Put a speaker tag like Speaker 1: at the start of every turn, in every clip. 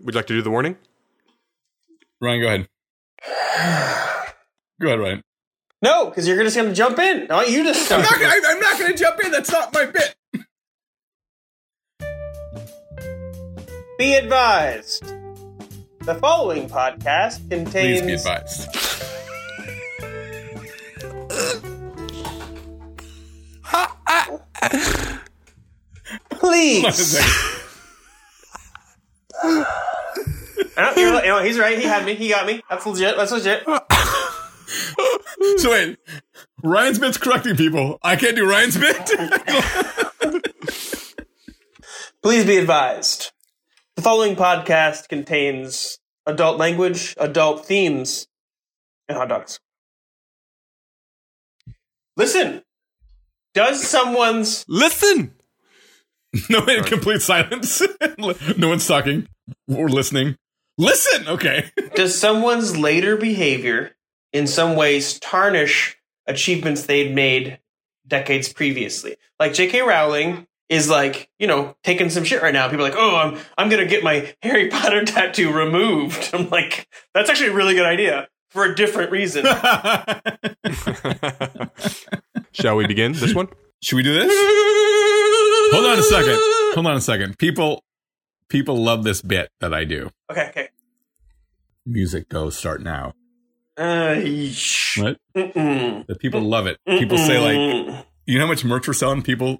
Speaker 1: Would you like to do the warning?
Speaker 2: Ryan, go ahead. Go ahead, Ryan.
Speaker 3: No, because you're just going to jump in. No, you just
Speaker 2: I'm
Speaker 3: start.
Speaker 2: not, gonna- I'm not going to jump in. That's not my bit.
Speaker 3: Be advised. The following podcast
Speaker 2: Please be
Speaker 3: contains
Speaker 2: advised.
Speaker 3: please. Oh, you're- you know, he's right. He had me. He got me. That's legit. That's legit.
Speaker 2: so wait, Ryan's bit's correcting people. I can't do Ryan's bit.
Speaker 3: Please be advised. The following podcast contains adult language, adult themes, and hot dogs. Listen. Does someone's
Speaker 1: Listen.
Speaker 2: no, in complete silence. no one's talking or listening. Listen, okay.
Speaker 3: does someone's later behavior in some ways tarnish achievements they'd made decades previously like jk rowling is like you know taking some shit right now people are like oh i'm i'm gonna get my harry potter tattoo removed i'm like that's actually a really good idea for a different reason
Speaker 1: Shall we begin this one?
Speaker 2: Should we do this? Hold on a second. Hold on a second. People, people love this bit that I do.
Speaker 3: okay okay
Speaker 2: Music go start now.
Speaker 3: uh, yeesh.
Speaker 2: What?
Speaker 3: Mm-mm.
Speaker 2: The people love it. People say like,
Speaker 3: Mm-mm.
Speaker 2: you know how much merch we're selling. People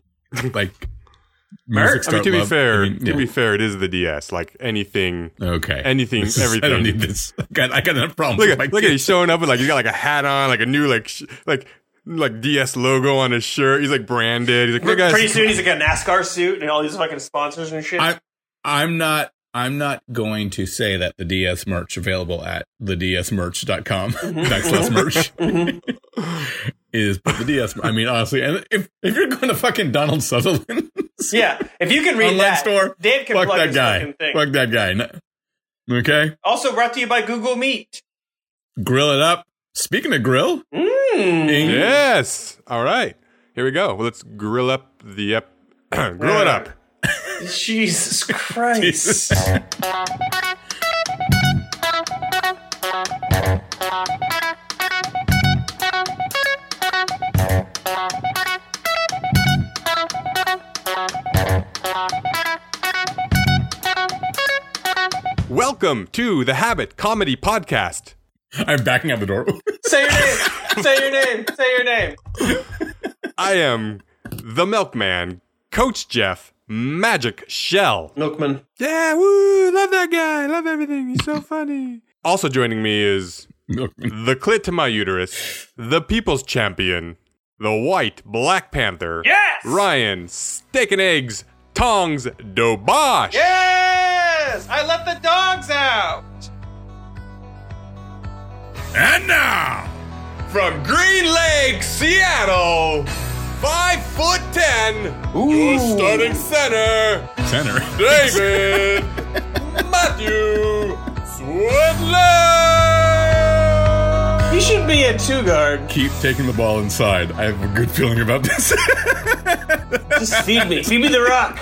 Speaker 2: like
Speaker 1: I mean, to be
Speaker 2: love-
Speaker 1: fair,
Speaker 2: I mean,
Speaker 1: to
Speaker 2: yeah.
Speaker 1: be fair, it is the DS. Like anything,
Speaker 2: okay.
Speaker 1: anything,
Speaker 2: This is- I
Speaker 1: everything.
Speaker 2: don't need this. I got, I got enough problems.
Speaker 1: Look
Speaker 2: with my
Speaker 1: at look at
Speaker 2: kids.
Speaker 1: he's showing up with like he's got like a hat on, like a new like sh- like like DS logo on his shirt. He's like branded. He's like, hey
Speaker 3: pretty
Speaker 1: guys,
Speaker 3: soon he's like a nascar suit and all these fucking sponsors and shit
Speaker 2: I- I'm not. I'm not going to say that the DS merch available at thedsmerch.com
Speaker 1: Mm-hmm.
Speaker 2: backslash merch
Speaker 3: Mhm.
Speaker 2: is but the DS. I mean, honestly, and if if you're going to fucking Donald Sutherland
Speaker 3: yeah if you can read
Speaker 2: online
Speaker 3: that
Speaker 2: store,
Speaker 3: dave can
Speaker 2: fuck
Speaker 3: plug
Speaker 2: that
Speaker 3: his
Speaker 2: guy,
Speaker 3: fucking thing.
Speaker 2: fuck that guy. No- Okay,
Speaker 3: Also brought to you by Google Meet.
Speaker 2: grill it up. Speaking of grill,
Speaker 3: Mm.
Speaker 2: Ing-
Speaker 1: yes, all right, here we go. Well, let's grill up the up, grill it up.
Speaker 3: Jesus Christ.
Speaker 2: Jesus.
Speaker 1: Welcome to the Habit Comedy Podcast.
Speaker 2: I'm backing out the door.
Speaker 3: Say your name. Say your name. Say your name.
Speaker 1: I am the Milkman, Coach Jeff, Magic Shell.
Speaker 3: Milkman.
Speaker 1: Yeah, woo! Love that guy. Love everything. He's so funny. Also joining me is
Speaker 2: Milkman.
Speaker 1: the clit to my uterus, the people's champion, the white Black Panther,
Speaker 3: Yes.
Speaker 1: Ryan, steak and eggs, tongs, dobosh.
Speaker 3: Yes. I let the dogs out.
Speaker 2: and now,
Speaker 1: From Green Lake, Seattle, five foot ten, your starting center,
Speaker 2: center.
Speaker 1: David Matthew Swedler.
Speaker 3: He should be a two guard.
Speaker 2: Keep taking the ball inside. I have a good feeling about this.
Speaker 3: Just feed me. Feed me the rock.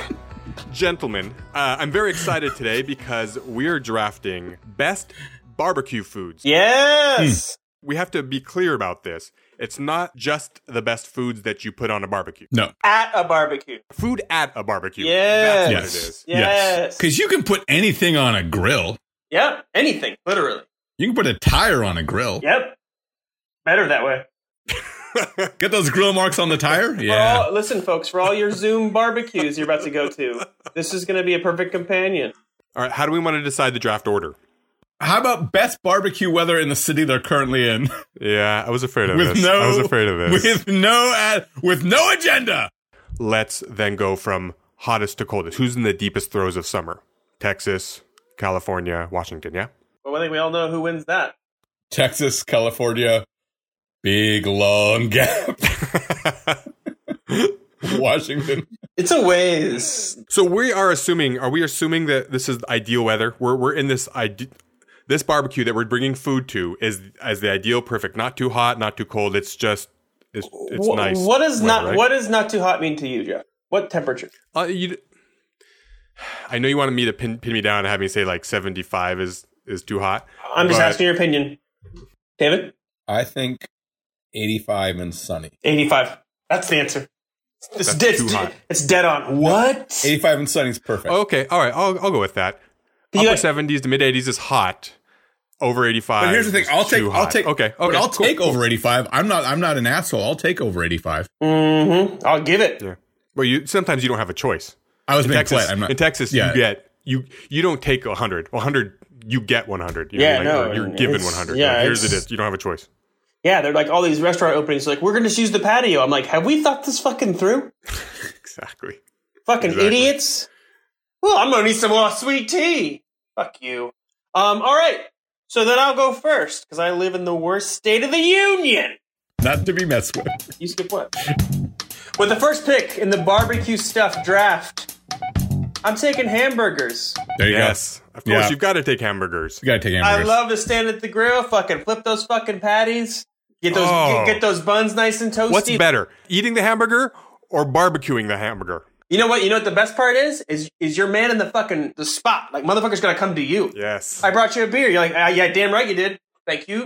Speaker 1: Gentlemen, uh, I'm very excited today because we're drafting best barbecue foods.
Speaker 3: Yes.
Speaker 1: we have to be clear about this. It's not just the best foods that you put on a barbecue.
Speaker 2: no,
Speaker 3: At a barbecue.
Speaker 1: Food at a barbecue. That's
Speaker 3: Yes.
Speaker 2: yes.
Speaker 1: what it is.
Speaker 3: Yes.
Speaker 2: Because you can put anything on a grill.
Speaker 3: Yep. Anything. Literally.
Speaker 2: You can put a tire on a grill.
Speaker 3: Yep. Better that way.
Speaker 2: Get those grill marks on the tire?
Speaker 3: For
Speaker 2: Yeah.
Speaker 3: all- listen, folks, for all your Zoom barbecues you're about to go to, this is going to be a perfect companion.
Speaker 1: All right, how do we want to decide the draft order?
Speaker 2: How about best barbecue weather in the city they're currently in?
Speaker 1: Yeah, I was afraid of
Speaker 2: with
Speaker 1: this.
Speaker 2: no
Speaker 1: I was afraid of this.
Speaker 2: With no ad, with no agenda.
Speaker 1: Let's then go from hottest to coldest. Who's in the deepest throes of summer? Texas, California, Washington, yeah?
Speaker 3: But I think we all know who wins that.
Speaker 2: Texas, California, big long gap. Washington.
Speaker 3: It's a ways.
Speaker 1: So we are assuming. Are we assuming that this is the ideal weather? We're we're in this ide- this barbecue that we're bringing food to is as the ideal, perfect. Not too hot, not too cold. It's just it's it's
Speaker 3: Wh-
Speaker 1: nice.
Speaker 3: What is
Speaker 1: weather,
Speaker 3: not
Speaker 1: right?
Speaker 3: what does not too hot mean to you, Jeff? What temperature?
Speaker 1: Uh, you, Uh, I know you wanted me to pin, pin me down and have me say like 75 is is too hot.
Speaker 3: I'm just
Speaker 1: Right.
Speaker 3: asking your opinion. David,
Speaker 2: I think 85 and sunny.
Speaker 3: 85. That's the answer. It's,
Speaker 1: That's
Speaker 3: dead,
Speaker 1: too
Speaker 3: it's,
Speaker 1: hot.
Speaker 3: dead, it's dead on. What?
Speaker 2: 85 and sunny is perfect.
Speaker 1: Okay, all right, I'll I'll go with that.
Speaker 3: You
Speaker 1: Upper
Speaker 3: got-
Speaker 1: 70s to mid 80s is hot. Over 85.
Speaker 2: But here's the thing.
Speaker 1: is
Speaker 2: I'll take.
Speaker 1: too
Speaker 2: I'll
Speaker 1: hot.
Speaker 2: take.
Speaker 1: Okay. Okay.
Speaker 2: But I'll
Speaker 1: cool.
Speaker 2: take over 85. I'm not. I'm not an asshole. I'll take over 85.
Speaker 3: Mhm. I'll give it.
Speaker 1: Yeah. Well, you sometimes you don't have a choice.
Speaker 2: I was being
Speaker 1: Texas,
Speaker 2: polite. I'm not.
Speaker 1: in Texas,
Speaker 2: yeah.
Speaker 1: you get you you don't take 100. 100 you get 100. You know,
Speaker 3: Yeah,
Speaker 1: like,
Speaker 3: no,
Speaker 1: you're, you're
Speaker 3: and
Speaker 1: given
Speaker 3: it's-
Speaker 1: 100.
Speaker 3: yeah,
Speaker 1: Like, here's it
Speaker 3: it's-
Speaker 1: is. You don't have a choice.
Speaker 3: Yeah, they're like all these restaurant openings. Like, we're going to just use the patio. I'm like, have we thought this fucking through?
Speaker 1: Exactly.
Speaker 3: Fucking
Speaker 1: Exactly.
Speaker 3: idiots. Well, I'm going to need some more sweet tea. Fuck you. Um, all right. So then I'll go first because I live in the worst state of the union.
Speaker 2: Not to be messed with.
Speaker 3: You skip what? With the first pick in the barbecue stuff draft, I'm taking hamburgers.
Speaker 2: There you
Speaker 1: Yes. Of course,
Speaker 2: Yeah.
Speaker 1: you've got to take hamburgers.
Speaker 2: go. You gotta take
Speaker 3: I
Speaker 2: hamburgers.
Speaker 3: love to stand at the grill, fucking flip those fucking patties, get those
Speaker 1: Oh.
Speaker 3: get, get those buns nice and toasty.
Speaker 1: What's better, eating the hamburger or barbecuing the hamburger?
Speaker 3: You know what? You know what the best part is? Is is your man in the fucking the spot? Like motherfucker's gonna come to you.
Speaker 1: Yes.
Speaker 3: I brought you a beer. You're like, ah, yeah, damn right you did. Thank you.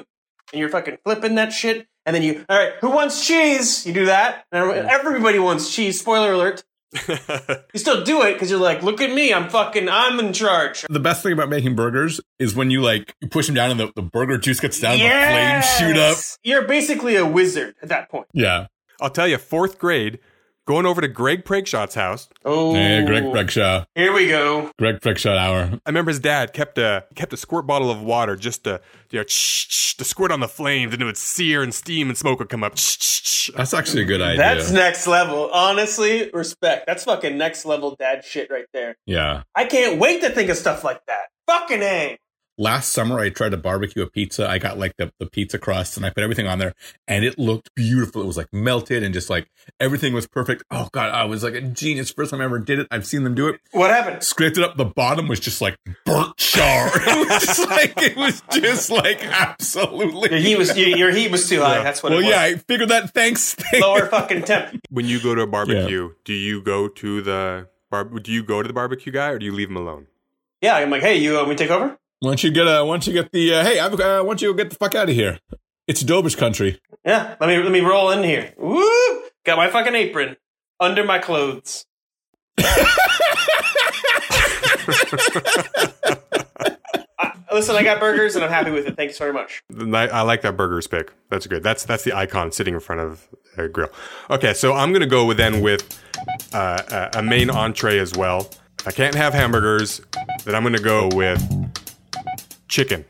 Speaker 3: And you're fucking flipping that shit. And then you, all right, who wants cheese? You do that. And everyone- everybody wants cheese. Spoiler alert. You still do it because you're like, look at me. I'm fucking, I'm in charge.
Speaker 2: the best thing about making burgers is when you like you push them down and the, the burger juice gets down and the flames shoot up.
Speaker 3: Yes! You're basically a wizard at that point.
Speaker 2: Yeah.
Speaker 1: I'll tell you, fourth grade, going over to Greg Pregshot's house.
Speaker 3: Oh,
Speaker 2: Yeah, Greg Breckshaw.
Speaker 3: Here we go.
Speaker 2: Greg Breckshaw hour.
Speaker 1: I remember his dad kept a kept a squirt bottle of water just to you know shh, shh, to squirt on the flames, and it would sear and steam and smoke would come up. Shh, shh, shh.
Speaker 2: That's actually a good idea.
Speaker 3: That's next level. Honestly, respect. That's fucking next level dad shit right there.
Speaker 2: yeah.
Speaker 3: I can't wait to think of stuff like that. Fucking A.
Speaker 2: Last summer, I tried to barbecue a pizza. I got like the, the pizza crust and I put everything on there and it looked beautiful. It was like melted and just like everything was perfect. Oh, God. I was like a genius. First time I ever did it. I've seen them do it.
Speaker 3: What happened?
Speaker 2: Scraped it up. The bottom was just like burnt char. it was just like, it was just like
Speaker 3: Your
Speaker 2: absolutely.
Speaker 3: heat was your, your heat was too high. That's what.
Speaker 2: well,
Speaker 3: it was.
Speaker 2: yeah, I figured that. Thanks.
Speaker 3: Lower fucking temp.
Speaker 1: When you go to a barbecue, do you go to the bar- do you go to the barbecue guy or do you leave him alone?
Speaker 3: Yeah, I'm like, hey, you want me to take over?
Speaker 2: Once you get uh, once you get the uh, hey, I've, uh, once you get the fuck out of here. It's Dober's country.
Speaker 3: Yeah, let me let me roll in here. Woo! Got my fucking apron under my clothes. I, listen, I got burgers and I'm happy with it. Thanks very much.
Speaker 1: And I, I like that burgers pick. That's good. That's that's the icon sitting in front of a grill. Okay, so I'm gonna go with then with uh, a- a main entree as well. If I can't have hamburgers, then I'm gonna go with chicken,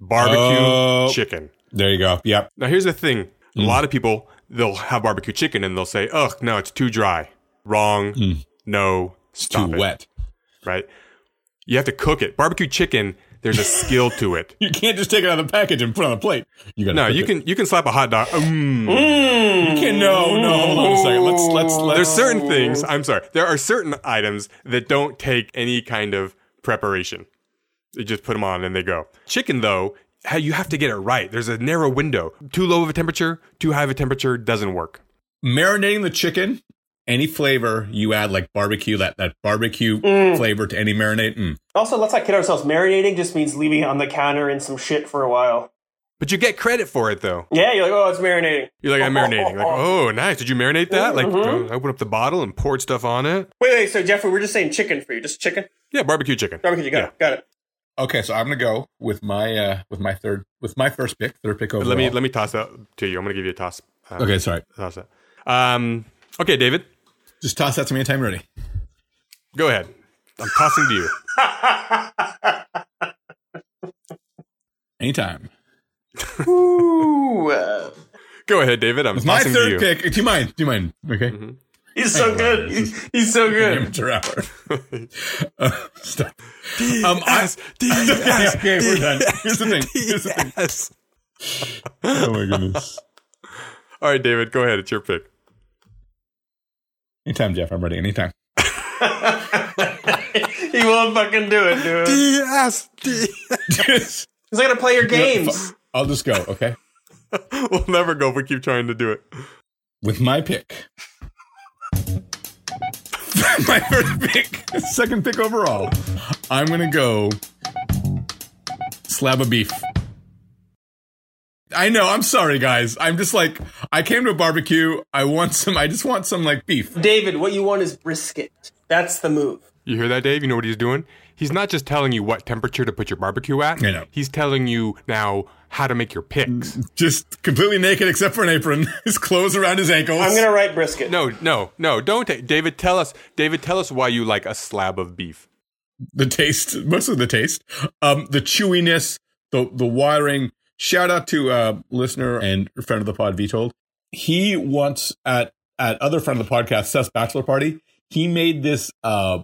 Speaker 1: barbecue
Speaker 2: Oh.
Speaker 1: chicken.
Speaker 2: There you go. Yep.
Speaker 1: Now, here's the thing
Speaker 2: Mm.
Speaker 1: a lot of people, they'll have barbecue chicken and they'll say, ugh, no, it's too dry. Wrong. No, stop
Speaker 2: Mm. Too
Speaker 1: it.
Speaker 2: wet.
Speaker 1: Right? You have to cook it. Barbecue chicken, there's a skill to it.
Speaker 2: You can't just take it out of the package and put it on a plate. You got
Speaker 1: No, you can you can slap a hot dog. Mm.
Speaker 2: can. No, no. Hold on a second. Let's let's let's.
Speaker 1: There's certain things. I'm sorry. There are certain items that don't take any kind of preparation. You just put them on and they go. Chicken though, ha- you have to get it right. There's a narrow window. Too low of a temperature, too high of a temperature doesn't work.
Speaker 2: marinating the chicken. Any flavor you add, like barbecue, that that barbecue
Speaker 1: Mm.
Speaker 2: flavor to any marinade. Mm.
Speaker 3: Also, let's not kid ourselves. Marinating just means leaving it on the counter in some shit for a while.
Speaker 1: But you get credit for it though.
Speaker 3: Yeah, you're like, oh, it's marinating.
Speaker 1: You're like, I'm marinating. Like, oh, nice. Did you marinate that? Like,
Speaker 2: Mm-hmm.
Speaker 3: Mhm.
Speaker 1: I open up the bottle and poured stuff on it.
Speaker 3: Wait, wait. So Jeffrey, we're just saying chicken for you. Just chicken.
Speaker 1: Yeah, barbecue chicken.
Speaker 3: Barbecue. Got it. Got it.
Speaker 2: Okay, so I'm gonna go with my uh with my third with my first pick, third pick overall.
Speaker 1: Let me let me toss that to you. I'm gonna give you a toss. Uh,
Speaker 2: Oh, okay, sorry.
Speaker 1: Toss that. Um, okay, David,
Speaker 2: Just toss that to me anytime you're ready.
Speaker 1: go ahead. I'm tossing to you.
Speaker 2: Anytime.
Speaker 3: Ooh, uh,
Speaker 1: Go ahead, David. I'm
Speaker 2: It's my
Speaker 1: tossing to you. Mm-hmm.
Speaker 2: third pick. Do you mind? Do you mind? Okay.
Speaker 3: he's so good. He's, he's so good.
Speaker 2: Amateur hour. Uh, stop. Um, I-
Speaker 1: Yes, yes,
Speaker 2: okay, we're done. Here's the thing. Here's the thing.
Speaker 1: yes.
Speaker 2: Oh my goodness.
Speaker 1: All right, David, go ahead. It's your pick.
Speaker 2: Anytime, Jeff. I'm ready. Anytime.
Speaker 3: he won't fucking do it, dude.
Speaker 1: Yes.
Speaker 3: He's not gonna play your games.
Speaker 2: I'll just go. Okay.
Speaker 1: we'll never go if we keep trying to do it.
Speaker 2: With my pick. my first pick, second pick overall. I'm gonna go slab of beef. I know. I'm sorry, guys. I'm just like I came to a barbecue. I want some. I just want some like beef.
Speaker 3: David, what you want is brisket. That's the move.
Speaker 1: You hear that, Dave? You know what he's doing? He's not just telling you what temperature to put your barbecue at.
Speaker 2: I know. Mm.
Speaker 1: He's telling you now how to make your picks.
Speaker 2: Just completely naked except for an apron. His clothes around his ankles.
Speaker 3: I'm gonna write brisket.
Speaker 1: No, no, no. Don't take David. Tell us, David. Tell us why you like a slab of beef.
Speaker 2: the taste, mostly the taste, um, the chewiness, the the wiring. Shout out to uh, listener and friend of the pod, Vitold. He once at at other friend of the podcast, Seth's bachelor party. He made this uh,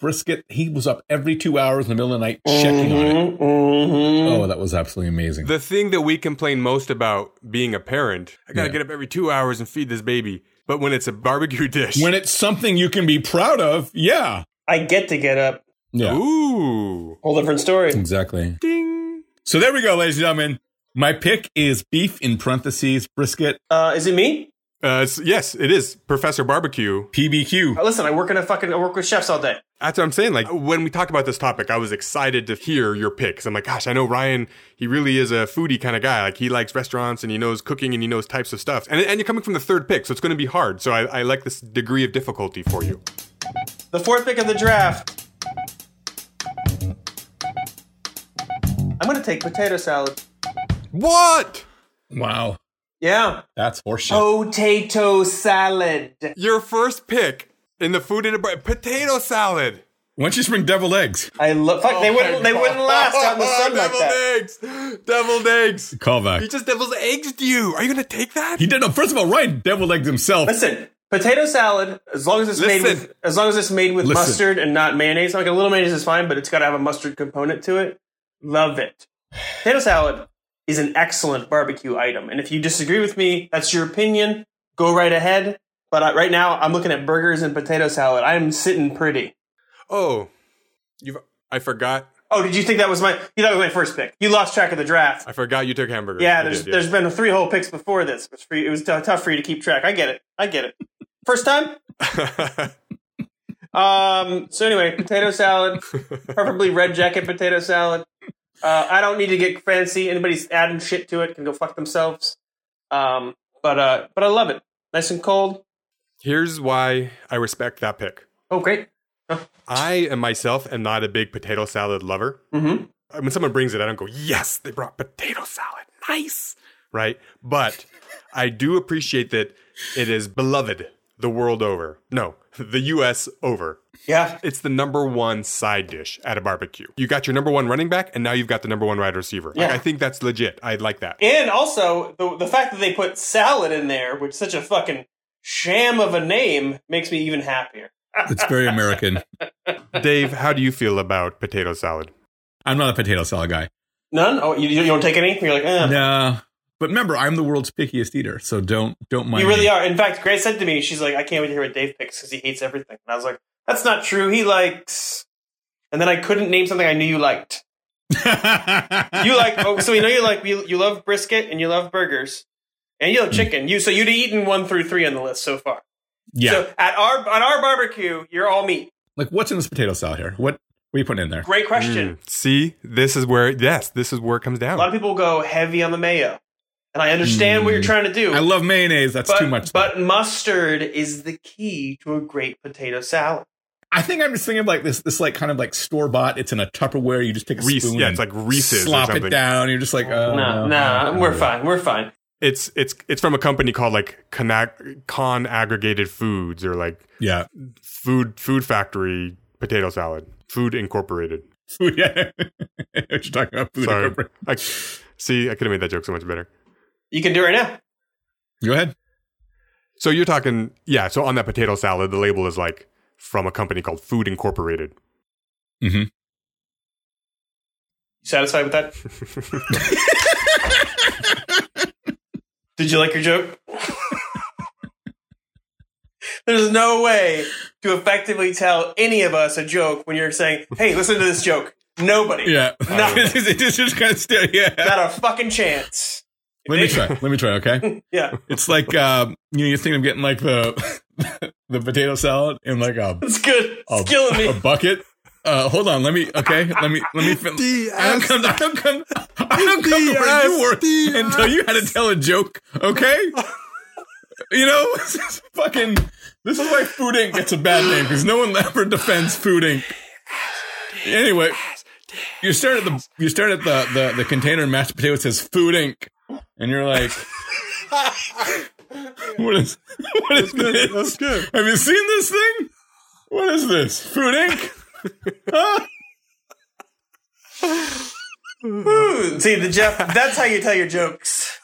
Speaker 2: brisket. He was up every two hours in the middle of the night checking on it.
Speaker 3: Mhm, mhm.
Speaker 2: Oh, that was absolutely amazing.
Speaker 1: The thing that we complain most about being a parent, I gotta
Speaker 2: Yeah.
Speaker 1: get up every two hours and feed this baby. But when it's a barbecue dish,
Speaker 2: when it's something you can be proud of, yeah,
Speaker 3: I get to get up.
Speaker 2: yeah,
Speaker 1: ooh,
Speaker 3: Whole different story.
Speaker 2: exactly.
Speaker 1: ding.
Speaker 2: So there we go, ladies and gentlemen. My pick is beef in parentheses brisket
Speaker 3: Uh, is it me?
Speaker 1: Uh, s- yes, it is Professor Barbecue.
Speaker 2: PBQ.
Speaker 3: Uh, Listen, I work in a fucking. I work with chefs all day.
Speaker 1: That's what I'm saying. Like when we talked about this topic, I was excited to hear your picks. I'm like, gosh, I know Ryan. He really is a foodie kind of guy. Like he likes restaurants and he knows cooking and he knows types of stuff. And, and you're coming from the third pick, so it's going to be hard. So I, I like this degree of difficulty for you.
Speaker 3: The fourth pick of the draft. I'm gonna take potato salad.
Speaker 1: What?
Speaker 2: Wow,
Speaker 3: Yeah,
Speaker 2: that's horseshit.
Speaker 3: potato salad.
Speaker 1: Your first pick in the food and a bri- potato salad.
Speaker 2: Why don't you just bring deviled eggs?
Speaker 3: I love. Fuck, they wouldn't. They wouldn't last out in the sun like
Speaker 1: deviled
Speaker 3: that.
Speaker 1: eggs. Deviled eggs. He
Speaker 2: Callback.
Speaker 1: just deviled eggs to you. Are you going to take that?
Speaker 2: He did no. First of all, Ryan deviled eggs himself.
Speaker 3: Listen, potato salad. As long as it's made
Speaker 1: Listen.
Speaker 3: with, as long as it's made with
Speaker 2: Listen.
Speaker 3: mustard and not mayonnaise. Like a little mayonnaise is fine, but it's got to have a mustard component to it. Love it. Potato salad is an excellent barbecue item, and if you disagree with me, that's your opinion. Go right ahead. But I, right now, I'm looking at burgers and potato salad. I'm sitting pretty.
Speaker 1: oh, you've. I forgot.
Speaker 3: Oh, did you think that was my? You thought it was my first pick. You lost track of the draft.
Speaker 1: I forgot you took hamburgers. I
Speaker 3: Yeah, there's
Speaker 1: did, yeah.
Speaker 3: there's been three whole picks before this. It was, for you, it was t- tough for you to keep track. I get it. I get it. First time. Um. So anyway, potato salad, preferably red jacket potato salad. Uh, I don't need to get fancy. Anybody's adding shit to it can go fuck themselves. Um. But uh. But I love it. Nice and cold.
Speaker 1: Here's why I respect that pick.
Speaker 3: Oh, great.
Speaker 1: I and myself am not a big potato salad lover.
Speaker 3: Mm-hmm.
Speaker 1: When someone brings it, I don't go, yes, they brought potato salad. Nice. Right? But I do appreciate that it is beloved the world over. No, the US over.
Speaker 3: Yeah.
Speaker 1: It's the number one side dish at a barbecue. You got your number one running back, and now you've got the number one wide receiver. Like,
Speaker 3: Yeah.
Speaker 1: I think that's legit. I like that.
Speaker 3: And also the the fact that they put salad in there, which is such a fucking sham of a name, makes me even happier.
Speaker 2: It's very American.
Speaker 1: Dave, how do you feel about potato salad?
Speaker 2: I'm not a potato salad guy.
Speaker 3: None. Oh, you, you don't take any. You're like, eh.
Speaker 2: Nah. But remember, I'm the world's pickiest eater, so don't don't mind.
Speaker 3: You really
Speaker 2: me.
Speaker 3: are. In fact, Grace said to me, she's like, I can't wait to hear what Dave picks because he hates everything. And I was like, that's not true. He likes. And then I couldn't name something I knew you liked. You like, oh, so we know you like, you, you love brisket and you love burgers and
Speaker 2: Mm.
Speaker 3: you love chicken. You So you'd eaten one through three on the list so far.
Speaker 2: yeah.
Speaker 3: So at our, on our barbecue, you're all meat.
Speaker 2: like, what's in this potato salad here? What what are you putting in there?
Speaker 3: Great question.
Speaker 1: Mm, See, this is where, yes, this is where it comes
Speaker 3: A
Speaker 1: down.
Speaker 3: lot of people go heavy on the mayo. And I understand what you're
Speaker 2: Mm.
Speaker 3: trying to do.
Speaker 2: I love mayonnaise. That's
Speaker 3: but,
Speaker 2: too much.
Speaker 3: But mustard is the key to a great potato salad.
Speaker 2: I think I'm just thinking of like this this like kind of like store bought. It's in a Tupperware. You just take a
Speaker 1: Reese-
Speaker 2: spoon.
Speaker 1: yeah,
Speaker 2: and
Speaker 1: it's like Reese's or
Speaker 2: Slop it
Speaker 1: something.
Speaker 2: down. You're just like, oh,
Speaker 3: no, no, we're fine. We're fine.
Speaker 1: it's it's it's from a company called like Connect, Con Aggregated Foods or like
Speaker 2: Yeah.
Speaker 1: Food Food Factory Potato Salad Food Incorporated.
Speaker 2: Food. Yeah. what you're talking about? Food.
Speaker 1: Sorry, I, see, I could have made that joke so much better.
Speaker 3: You can do it right now.
Speaker 2: Go ahead.
Speaker 1: So you're talking, yeah. So on that potato salad, the label is like from a company called Food Incorporated.
Speaker 3: Satisfied with that? Did you like your joke? There's no way to effectively tell any of us a joke when you're saying, "Hey, listen to this joke." Nobody,
Speaker 2: Yeah.
Speaker 3: No.
Speaker 2: it's just- it's just kind of still. Yeah.
Speaker 3: not a fucking chance.
Speaker 2: Let me try. Let me try. Okay.
Speaker 3: Yeah,
Speaker 2: It's like um, you know, you're thinking of getting like the the potato salad in like a
Speaker 3: It's good.
Speaker 2: a,
Speaker 3: It's killing me.
Speaker 2: a bucket. Uh, hold on, let me. Okay, let me. Let me. Fin- I
Speaker 1: DS.
Speaker 2: don't come. I don't come. I don't come to where you work
Speaker 1: DS.
Speaker 2: until you had to tell a joke. Okay. You know, this is fucking. This is why Food Inc. gets a bad name because no one ever defends Food Inc. Anyway, you start at the you start at the the, the container and mashed potato says Food Inc. and you're like, what is what is
Speaker 1: Good,
Speaker 2: this?
Speaker 1: That's good.
Speaker 2: Have you seen this thing? What is this? Food Inc. Huh? um,
Speaker 3: Ooh, see the Jeff. That's how you tell your jokes.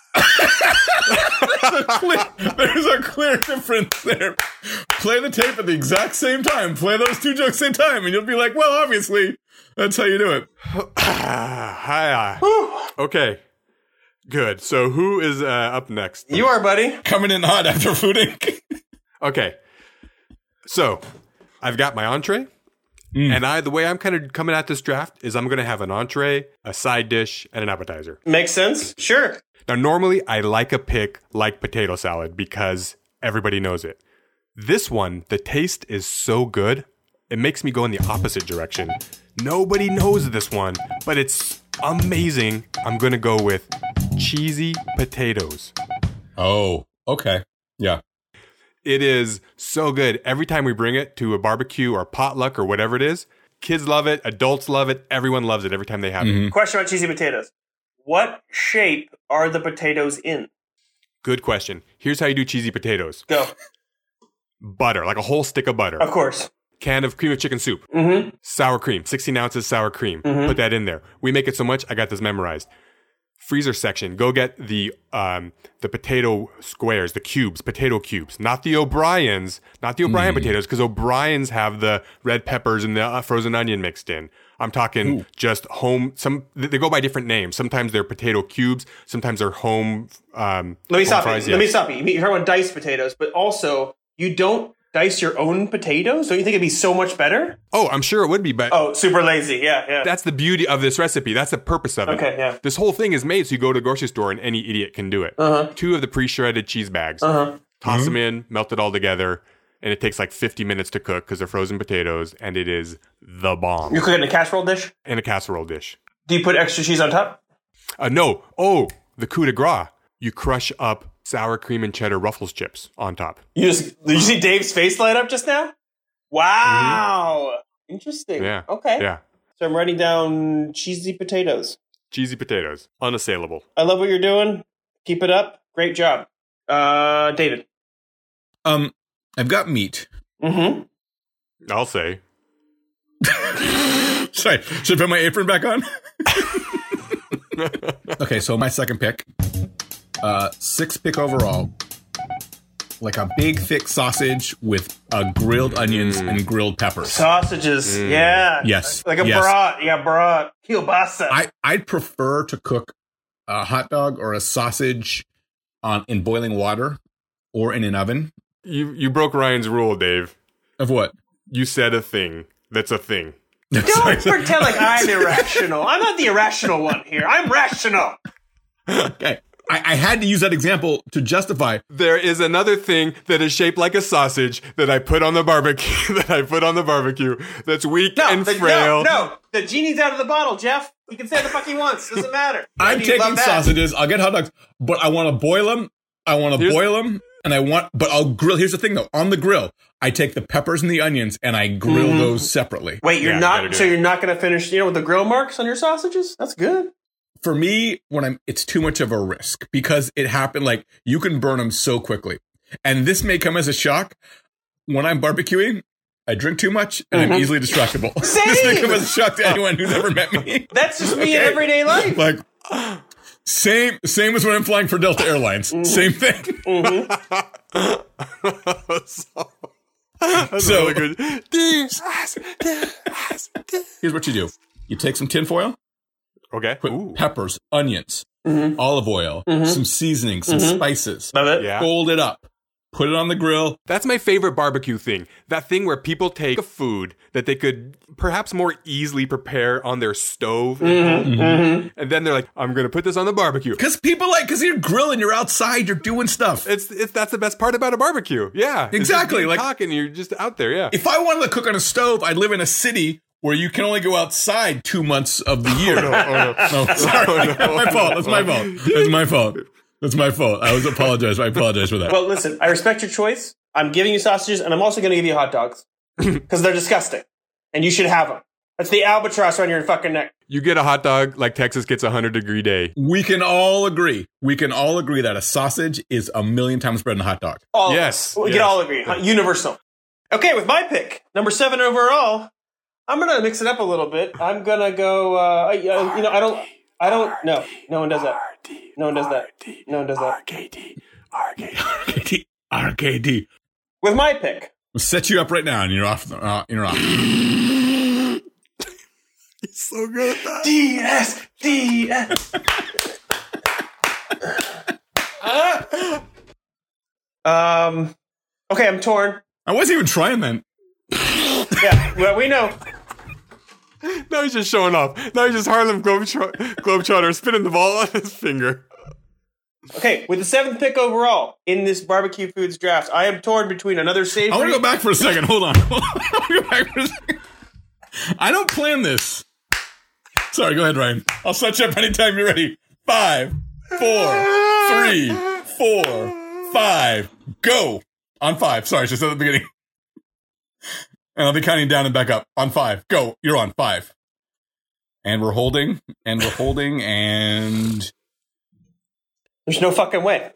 Speaker 2: Clear- There's a clear difference there. Play the tape at the exact same time. Play those two jokes same time, and you'll be like, well, obviously, that's how you do it.
Speaker 1: Hi.
Speaker 3: Whew.
Speaker 1: Okay. Good. So who is uh, up next?
Speaker 3: You are, buddy.
Speaker 2: Coming in hot after Food Inc.
Speaker 1: Okay. So I've got my entree. And I, the way I'm kind of coming at this draft is I'm going to have an entree, a side dish, and an appetizer.
Speaker 3: Makes sense. Sure.
Speaker 1: Now, normally I like a pick like potato salad because everybody knows it. This one, the taste is so good, it makes me go in the opposite direction. Nobody knows this one, but it's amazing. I'm going to go with cheesy potatoes.
Speaker 2: Oh, okay. Yeah.
Speaker 1: It is so good. Every time we bring it to a barbecue or potluck or whatever it is, kids love it, adults love it, everyone loves it every time they have it.
Speaker 2: Mm-hmm.
Speaker 3: Question about cheesy potatoes. What shape are the potatoes in?
Speaker 1: Good question. Here's how you do cheesy potatoes
Speaker 3: Go.
Speaker 1: butter, like a whole stick of butter,
Speaker 3: Of course.
Speaker 1: can of cream of chicken soup,
Speaker 3: Mm-hmm.
Speaker 1: sour cream, 16 ounces sour cream. Put that in there. We make it so much, I got this memorized. Freezer section, go get the um, the potato squares, the cubes, potato cubes, not the O'Brien's, not the O'Brien
Speaker 3: Mm.
Speaker 1: potatoes, because O'Brien's have the red peppers and the uh, frozen onion mixed in. I'm talking just home. Some they they go by different names. Sometimes they're potato cubes. Sometimes they're home. Um,
Speaker 3: Let me
Speaker 1: home
Speaker 3: stop
Speaker 1: fries,
Speaker 3: you.
Speaker 1: yeah.
Speaker 3: Let me stop you. You're talking about diced potatoes, but also you don't dice your own potatoes. Don't you think it'd be so much better?
Speaker 1: oh, I'm sure it would be, but
Speaker 3: Oh, super lazy. Yeah, yeah.
Speaker 1: That's the beauty of this recipe. That's the purpose of it.
Speaker 3: Okay, yeah.
Speaker 1: This whole thing is made so you go to the grocery store and any idiot can do it. Uh-huh. Two of the pre-shredded cheese bags. Uh-huh. Toss them in, melt it all together, and it takes like 50 minutes to cook because they're frozen potatoes, and it is the bomb
Speaker 3: you cook it in a casserole dish.
Speaker 1: in a casserole dish.
Speaker 3: Do you put extra cheese on top?
Speaker 1: Uh, no, oh, the coup de grace. You crush up sour cream and cheddar Ruffles chips on top.
Speaker 3: You just did you see Dave's face light up just now? Wow. Interesting.
Speaker 1: Mm-hmm. Yeah.
Speaker 3: Okay.
Speaker 1: Yeah.
Speaker 3: So I'm writing down cheesy potatoes.
Speaker 1: Cheesy potatoes, unassailable.
Speaker 3: I love what you're doing. Keep it up. Great job. Uh David.
Speaker 2: Um, I've got meat.
Speaker 3: Mm-hmm.
Speaker 1: I'll say.
Speaker 2: Sorry, should I put my apron back on? okay, so my second pick, uh, sixth pick overall, like a big thick sausage with uh, grilled onions and grilled peppers.
Speaker 3: Sausages.
Speaker 1: Mm.
Speaker 3: Yeah.
Speaker 2: Yes,
Speaker 3: Like a
Speaker 2: yes.
Speaker 3: brat. Yeah, brat. Kielbasa.
Speaker 2: I I'd prefer to cook a hot dog or a sausage on in boiling water or in an oven.
Speaker 1: You, you broke Ryan's rule, Dave.
Speaker 2: Of what?
Speaker 1: You said a thing that's a thing.
Speaker 2: Sorry,
Speaker 3: Don't
Speaker 2: sorry.
Speaker 3: pretend like I'm irrational. I'm not the irrational one here. I'm rational.
Speaker 2: Okay. I, I had to use that example to justify
Speaker 1: There is another thing that is shaped like a sausage that I put on the barbecue that I put on the barbecue that's weak
Speaker 3: No,
Speaker 1: and
Speaker 3: the,
Speaker 1: frail.
Speaker 3: no, no. The genie's out of the bottle, Jeff. He can say the fuck he wants. Doesn't matter.
Speaker 2: I'm
Speaker 3: Andy, you
Speaker 2: taking
Speaker 3: love that.
Speaker 2: sausages. I'll get hot dogs, but I want to boil them. I want to
Speaker 1: Here's-
Speaker 2: boil them, and I want, but I'll grill. Here's the thing, though. On the grill, I take the peppers and the onions, and I grill
Speaker 3: Mm-hmm.
Speaker 2: those separately.
Speaker 3: Wait, you're
Speaker 1: Yeah, you gotta
Speaker 3: not.
Speaker 1: do
Speaker 3: So
Speaker 1: it.
Speaker 3: you're not going to finish. You know, with the grill marks on your sausages. That's good.
Speaker 2: For me, when I'm, it's too much of a risk because it happened. Like you can burn them so quickly, and this may come as a shock. When I'm barbecuing, I drink too much, and I'm easily distractible. this may
Speaker 3: Mm-hmm. Same!
Speaker 2: come as a shock to anyone who's ever met me.
Speaker 3: That's just me in
Speaker 2: Okay.
Speaker 3: everyday life.
Speaker 2: Like. Same, same as when I'm flying for Delta Airlines.
Speaker 3: Mm-hmm.
Speaker 2: Same thing.
Speaker 1: so, that's
Speaker 2: So-
Speaker 1: really good.
Speaker 2: Here's what you do: you take some tinfoil,
Speaker 1: okay.
Speaker 2: put
Speaker 1: Ooh.
Speaker 2: peppers, onions, olive oil, some seasoning, some spices.
Speaker 3: Mm-hmm. Love it.
Speaker 1: Yeah.
Speaker 2: Fold it up. put it on the grill.
Speaker 1: That's my favorite barbecue thing. That thing where people take a food that they could perhaps more easily prepare on their stove.
Speaker 3: Mm-hmm.
Speaker 1: Mm-hmm. And then they're like, I'm going to put this on the barbecue.
Speaker 2: Because people like, because you're grilling, you're outside, you're doing stuff.
Speaker 1: It's, it's That's the best part about a barbecue. Yeah.
Speaker 2: Exactly,
Speaker 1: Like,
Speaker 2: like-
Speaker 1: talking, you're just out there. Yeah.
Speaker 2: If I wanted to cook on a stove, I'd live in a city where you can only go outside two months of the year.
Speaker 1: Oh, no.
Speaker 2: No, sorry.
Speaker 1: Oh, no.
Speaker 2: That's my fault. That's my fault. That's my fault. That's my fault. I was apologize. I apologize for that.
Speaker 3: Well, listen, I respect your choice. I'm giving you sausages, and I'm also going to give you hot dogs because they're disgusting, and you should have them. That's the albatross around your fucking neck.
Speaker 1: You get a hot dog like Texas gets a 100 degree day.
Speaker 2: we can all agree. We can all agree that a sausage is a million times better than a hot dog.
Speaker 3: All of
Speaker 1: Yes,
Speaker 3: us. we
Speaker 1: yes.
Speaker 3: can all agree. huh? Universal. Okay, with my pick, number seven overall, I'm gonna mix it up a little bit. I'm gonna go. Uh, I, uh, you know, I don't. I don't. No, no one does that. No one does that. No one does that.
Speaker 1: RKD. RKD.
Speaker 2: RKD. RKD.
Speaker 3: With my pick,
Speaker 2: We'll set you up right now, and you're off. The, uh, you're off.
Speaker 1: It's so good at that.
Speaker 3: DS DS. um. Okay, I'm torn.
Speaker 2: I wasn't even trying then.
Speaker 3: Yeah, well, we know.
Speaker 1: Now he's just showing off. Now he's just Harlem Globetrot- Globetrotter spinning the ball on his finger.
Speaker 3: Okay, with the seventh pick overall in this barbecue foods draft, I am torn between another savory.
Speaker 2: I want to go back for a second. Hold on. I wanna go back for a second. I don't plan this. Sorry, go ahead, Ryan. I'll set you up anytime you're ready. Five, four, three, four, five, go. On five. Sorry, just at the beginning. And I'll be counting down and back up. On five, go. You're on five. And we're holding, and we're holding, and
Speaker 3: There's no fucking way.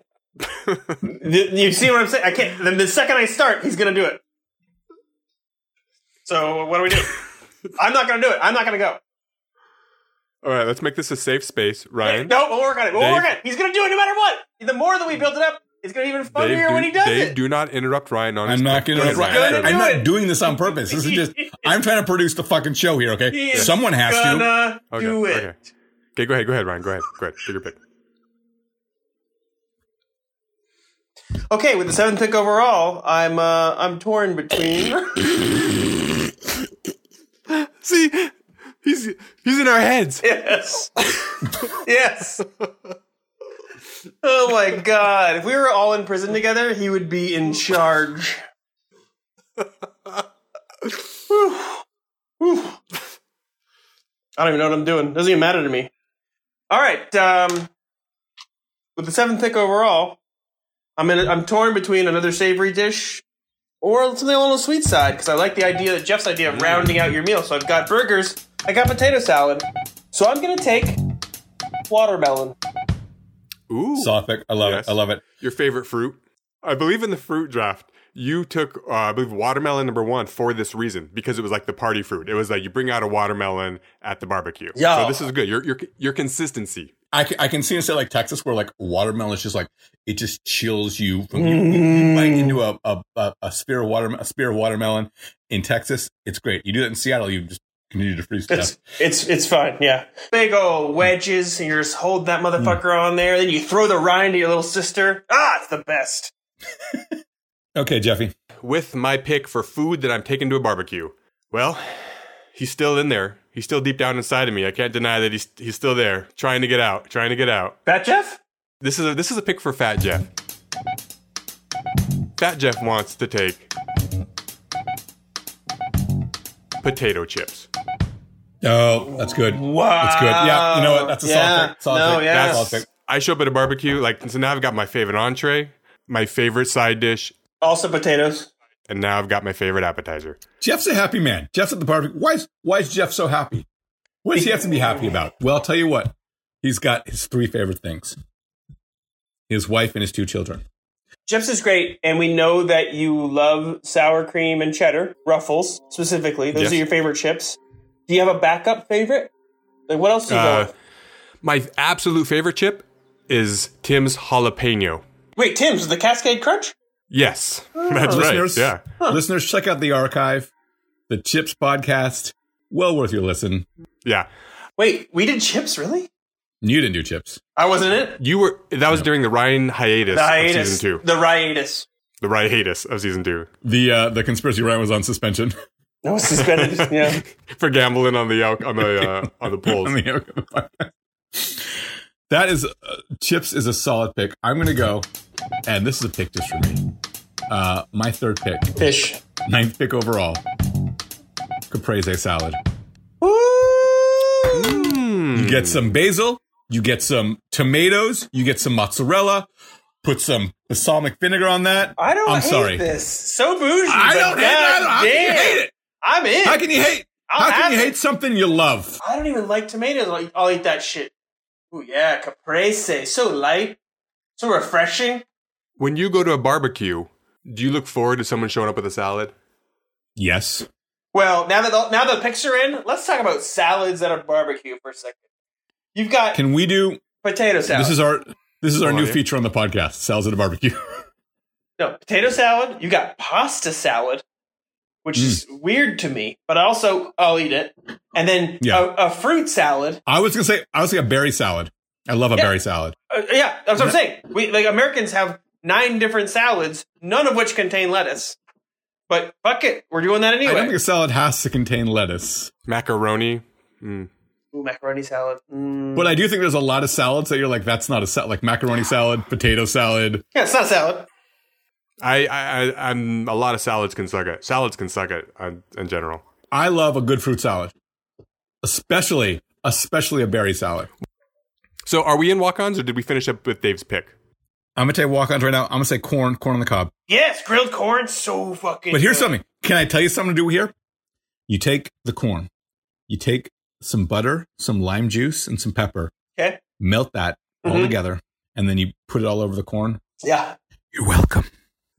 Speaker 3: you you see what I'm saying? I can't. Then the second I start, he's gonna do it. So what do we do? I'm not gonna do it. I'm not gonna go.
Speaker 1: All right, let's make this a safe space, Ryan.
Speaker 3: No, we'll work on it. We'll
Speaker 1: Dave-
Speaker 3: work on it. He's gonna do it no matter what. The more that we build it up, it's gonna be even funnier
Speaker 1: do,
Speaker 3: when he does
Speaker 1: Dave,
Speaker 3: it.
Speaker 1: do not interrupt Ryan on his
Speaker 2: I'm not
Speaker 1: pick.
Speaker 2: going to.
Speaker 1: Go ahead,
Speaker 3: Ryan.
Speaker 2: I'm
Speaker 1: Go
Speaker 2: not doing this on purpose. This is just. I'm trying to produce the fucking show here.
Speaker 3: He
Speaker 2: Okay,
Speaker 3: is
Speaker 2: someone has to.
Speaker 3: gonna
Speaker 1: ahead.
Speaker 3: do it.
Speaker 1: Okay. okay, go ahead, go ahead, Ryan. Go ahead, go ahead. Take your pick.
Speaker 3: Okay, with the seventh pick overall, I'm uh, I'm torn between.
Speaker 1: See, he's he's in our heads.
Speaker 3: yes, yes. Oh my god! If we were all in prison together, he would be in charge. Whew. Whew. I don't even know what I'm doing. Doesn't even matter to me. All right. Um, with the seventh pick overall, I'm in, I'm torn between another savory dish or something on the sweet side because I like the idea that Jeff's idea of rounding out your meal. So I've got burgers, I got potato salad, so I'm gonna take watermelon.
Speaker 1: Ooh,
Speaker 2: Sophic, I love
Speaker 1: Yes.
Speaker 2: it. I love it.
Speaker 1: your favorite fruit? I believe in the fruit draft. You took, uh, I believe, watermelon number one for this reason because it was like the party fruit. It was like you bring out a watermelon at the barbecue.
Speaker 3: Yeah.
Speaker 1: So this is good. Your your your consistency.
Speaker 2: I can, I can see in a state like Texas where like watermelon is just like it just chills you from you- you bite into a a, a, a spear of water a spear of watermelon in Texas. It's great. You do that in Seattle, you just continue to freeze stuff.
Speaker 3: It's it's it's fine, yeah. Big old wedges, and you just hold that motherfucker on there. Then you throw the rind to your little sister. Ah, it's the best.
Speaker 2: Okay, Jeffy.
Speaker 1: with my pick for food that I'm taking to a barbecue. Well, he's still in there. He's still deep down inside of me. I can't deny that he's he's still there, trying to get out, trying to get out.
Speaker 3: Fat Jeff,
Speaker 1: This is a this is a pick for Fat Jeff. Fat Jeff wants to take potato chips.
Speaker 2: Oh, that's good.
Speaker 3: wow,
Speaker 2: That's good. Yeah, you know what? That's a solid
Speaker 3: yeah.
Speaker 2: pick. Solid
Speaker 3: no,
Speaker 2: pick.
Speaker 3: yeah.
Speaker 2: That's solid pick.
Speaker 1: I show up at a barbecue, like so now I've got my favorite entree, my favorite side dish,
Speaker 3: Also potatoes.
Speaker 1: and now I've got my favorite appetizer.
Speaker 2: Jeff's a happy man. Jeff's at the barbecue. Why is why is Jeff so happy? What does he have to be happy about? Well, I'll tell you what. He's got his three favorite things: his wife and his two children.
Speaker 3: Jeff's is great, and we know that you love sour cream and cheddar, Ruffles specifically. Those
Speaker 1: Yes.
Speaker 3: are your favorite chips. Do you have a backup favorite? Like what else do you
Speaker 1: Uh,
Speaker 3: go?
Speaker 1: my absolute favorite chip is Tim's jalapeno.
Speaker 3: Wait, Tim's the Cascade Crunch.
Speaker 1: Yes, Ah. that's right.
Speaker 2: Listeners,
Speaker 1: Yeah,
Speaker 2: listeners, check out the archive, the Chips podcast. Well worth your listen.
Speaker 1: yeah.
Speaker 3: Wait, we did chips, really?
Speaker 2: You didn't do chips.
Speaker 3: I wasn't in it.
Speaker 1: You were that was during the Ryan hiatus,
Speaker 3: The
Speaker 1: of
Speaker 3: hiatus.
Speaker 1: season two.
Speaker 3: The hiatus.
Speaker 1: The hiatus of season two.
Speaker 2: The uh, the conspiracy Ryan was on suspension.
Speaker 3: No, it's suspended. yeah.
Speaker 1: for gambling on the al- on the uh, on the polls.
Speaker 2: on the Yoko podcast. that is uh, chips is a solid pick. I'm gonna go, and this is a pick just for me. Uh, my third pick,
Speaker 3: Fish.
Speaker 2: ninth pick overall, caprese salad. You
Speaker 1: Hmm.
Speaker 2: get some basil, you get some tomatoes, you get some mozzarella. Put some balsamic vinegar on that.
Speaker 3: I don't
Speaker 2: I'm
Speaker 3: hate
Speaker 2: sorry.
Speaker 3: this. So bougie.
Speaker 2: I
Speaker 3: but
Speaker 2: don't hate it. I don't- How can you
Speaker 3: goddamn,
Speaker 2: hate it?
Speaker 3: I'm in.
Speaker 2: How can you hate?
Speaker 3: I'll
Speaker 2: How can
Speaker 3: have
Speaker 2: you
Speaker 3: it.
Speaker 2: hate something you love?
Speaker 3: I don't even like tomatoes. I'll eat, I'll eat that shit. Ooh, yeah. Caprese. So light. So refreshing.
Speaker 1: When you go to a barbecue, do you look forward to someone showing up with a salad?
Speaker 2: Yes.
Speaker 3: Well, now that the, now the picks are in, let's talk about salads at a barbecue for a second. You've got
Speaker 2: Can we do?
Speaker 3: potato salad.
Speaker 2: This is our this is our
Speaker 1: Go on,
Speaker 2: new
Speaker 1: yeah.
Speaker 2: feature on the podcast. Salads at a barbecue.
Speaker 3: No, potato salad. You got pasta salad, which is
Speaker 2: Mm.
Speaker 3: weird to me, but also I'll eat it. And then
Speaker 2: Yeah.
Speaker 3: a, a fruit salad.
Speaker 2: I was gonna say I was gonna say a berry salad. I love a
Speaker 3: Yeah.
Speaker 2: berry salad.
Speaker 3: Uh, yeah, that's what I'm saying. We like Americans have nine different salads, none of which contain lettuce. But fuck it, we're doing that
Speaker 2: I don't
Speaker 3: anyway.
Speaker 2: think a salad has to contain lettuce,
Speaker 1: Macaroni. Mm.
Speaker 3: Ooh, macaroni salad. Mm.
Speaker 2: but I do think there's a lot of salads that you're like, that's not a salad. Like macaroni salad, potato salad.
Speaker 3: yeah, it's not a salad.
Speaker 1: I, I, I, I'm a lot of salads can suck it. Salads can suck it uh, in general.
Speaker 2: I love a good fruit salad, especially especially a berry salad.
Speaker 1: So, are we in walk-ons, or did we finish up with Dave's pick?
Speaker 2: I'm gonna take walk-ons right now. I'm gonna say corn, corn on the cob.
Speaker 3: Yes, grilled corn, so fucking.
Speaker 2: But here's
Speaker 3: good.
Speaker 2: something. Can I tell you something to do here? You take the corn, you take some butter, some lime juice, and some pepper.
Speaker 3: Okay.
Speaker 2: Melt that all
Speaker 1: Mm-hmm.
Speaker 3: Mhm.
Speaker 2: together, and then you put it all over the corn.
Speaker 3: Yeah,
Speaker 2: You're welcome.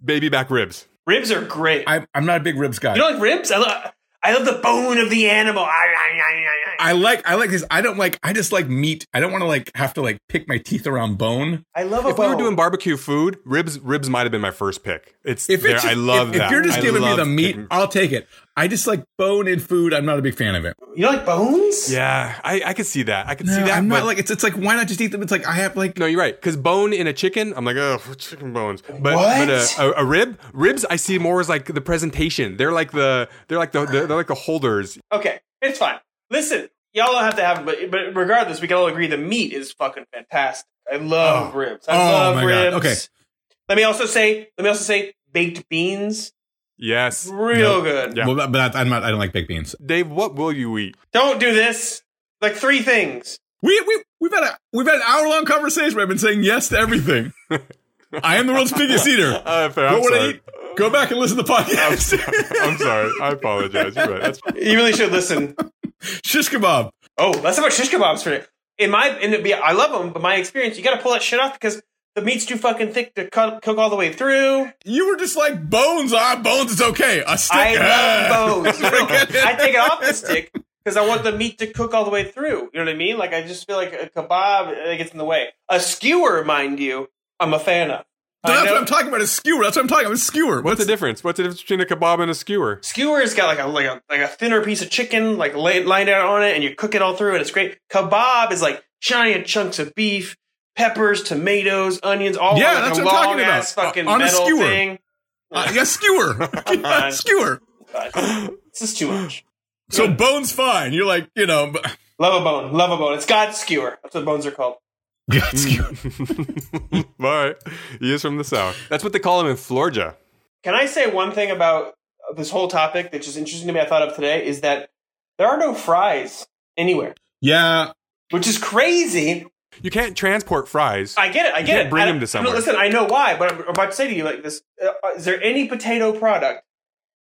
Speaker 1: Baby back ribs.
Speaker 3: ribs are great.
Speaker 2: I, I'm not a big ribs guy.
Speaker 3: you don't like ribs? I love. I love the bone of the animal. I,
Speaker 2: I like I like this. I don't like. I just like meat. I don't want to like have to like pick my teeth around bone.
Speaker 3: love a
Speaker 1: If we
Speaker 3: bone.
Speaker 1: were doing barbecue food, ribs ribs might have been my first pick. It's
Speaker 2: If
Speaker 1: there.
Speaker 2: it's
Speaker 1: I love
Speaker 2: if,
Speaker 1: that.
Speaker 2: If you're just
Speaker 1: I
Speaker 2: giving me
Speaker 1: love
Speaker 2: the meat,
Speaker 1: picking-
Speaker 2: I'll take it. I just like bone in food. I'm not a big fan of it.
Speaker 3: you don't like bones?
Speaker 1: yeah, I, I could see that. I could see
Speaker 2: No,
Speaker 1: that.
Speaker 2: I'm
Speaker 1: but
Speaker 2: not like it's. It's like why not just eat them? It's like I have like
Speaker 1: no, you're right. Because bone in a chicken, I'm like, oh, chicken bones. But,
Speaker 3: What?
Speaker 1: but a, a, a rib, ribs, I see more as like the presentation. They're like the they're like the they're, they're like the holders.
Speaker 3: Okay, it's fine. Listen, y'all don't have to have it, but but regardless, we can all agree the meat is fucking fantastic. I love
Speaker 2: Oh.
Speaker 3: ribs. I
Speaker 2: Oh
Speaker 3: love
Speaker 2: my God,
Speaker 3: ribs.
Speaker 2: okay.
Speaker 3: Let me also say. Let me also say baked beans.
Speaker 1: Yes.
Speaker 3: Real
Speaker 2: Nope.
Speaker 3: good.
Speaker 1: Yeah.
Speaker 2: Well, but but I'm not. I don't like baked beans.
Speaker 1: Dave, what will you eat?
Speaker 3: Don't do this. Like three things.
Speaker 2: We we we've had a we've had an hour long conversation. where I've been saying yes to everything. I am the world's biggest eater.
Speaker 1: Uh, fair, I'm
Speaker 2: What would I
Speaker 1: sorry.
Speaker 2: eat? Go back and listen to the
Speaker 1: I'm
Speaker 2: podcast.
Speaker 1: sorry. I'm sorry. I apologize. You're right. That's
Speaker 3: You really should listen.
Speaker 2: Shish kebab.
Speaker 3: Oh, let's talk about shish kebabs for a minute. In my, in the, I love them, but my experience, you got to pull that shit off because the meat's too fucking thick to cut, cook all the way through.
Speaker 2: You were just like bones. Ah, bones is okay. A stick.
Speaker 3: I love bones.
Speaker 2: ah.
Speaker 3: You know,
Speaker 2: Forget it.
Speaker 3: I take it off the stick because I want the meat to cook all the way through. You know what I mean? Like I just feel like a kebab it gets in the way. A skewer, mind you, I'm a fan of. I
Speaker 2: That's
Speaker 3: know-
Speaker 2: what I'm talking about. A skewer. That's what I'm talking about. A skewer.
Speaker 1: What's
Speaker 2: What's
Speaker 1: the difference? What's the difference between a kebab and a skewer?
Speaker 3: Skewer's got like a like a like a thinner piece of chicken like lay, lined out on it, and you cook it all through, and it's great. Kebab is like giant chunks of beef, peppers, tomatoes, onions, all
Speaker 2: Yeah,
Speaker 3: on, like
Speaker 2: that's
Speaker 3: a
Speaker 2: what I'm talking
Speaker 3: long ass
Speaker 2: about.
Speaker 3: fucking
Speaker 2: On a
Speaker 3: metal
Speaker 2: skewer.
Speaker 3: thing.
Speaker 2: Uh, yeah, skewer. Yeah, skewer.
Speaker 3: But this is too much.
Speaker 2: So bones fine. You're like you know. but-
Speaker 3: Love a bone, love a bone. It's God's skewer. That's what bones are called.
Speaker 2: God, skewer.
Speaker 3: Mm.
Speaker 1: Bye. He is from the south. That's what they call him in Florida.
Speaker 3: Can I say one thing about this whole topic that's just interesting to me? I thought of today is that there are no fries anywhere,
Speaker 2: Yeah.
Speaker 3: which is crazy.
Speaker 1: You can't transport fries.
Speaker 3: I get it. I get
Speaker 1: can't
Speaker 3: it.
Speaker 1: bring
Speaker 3: I-
Speaker 1: them to somewhere.
Speaker 3: No, listen, I know why, but I'm about to say to you like this: uh, Is there any potato product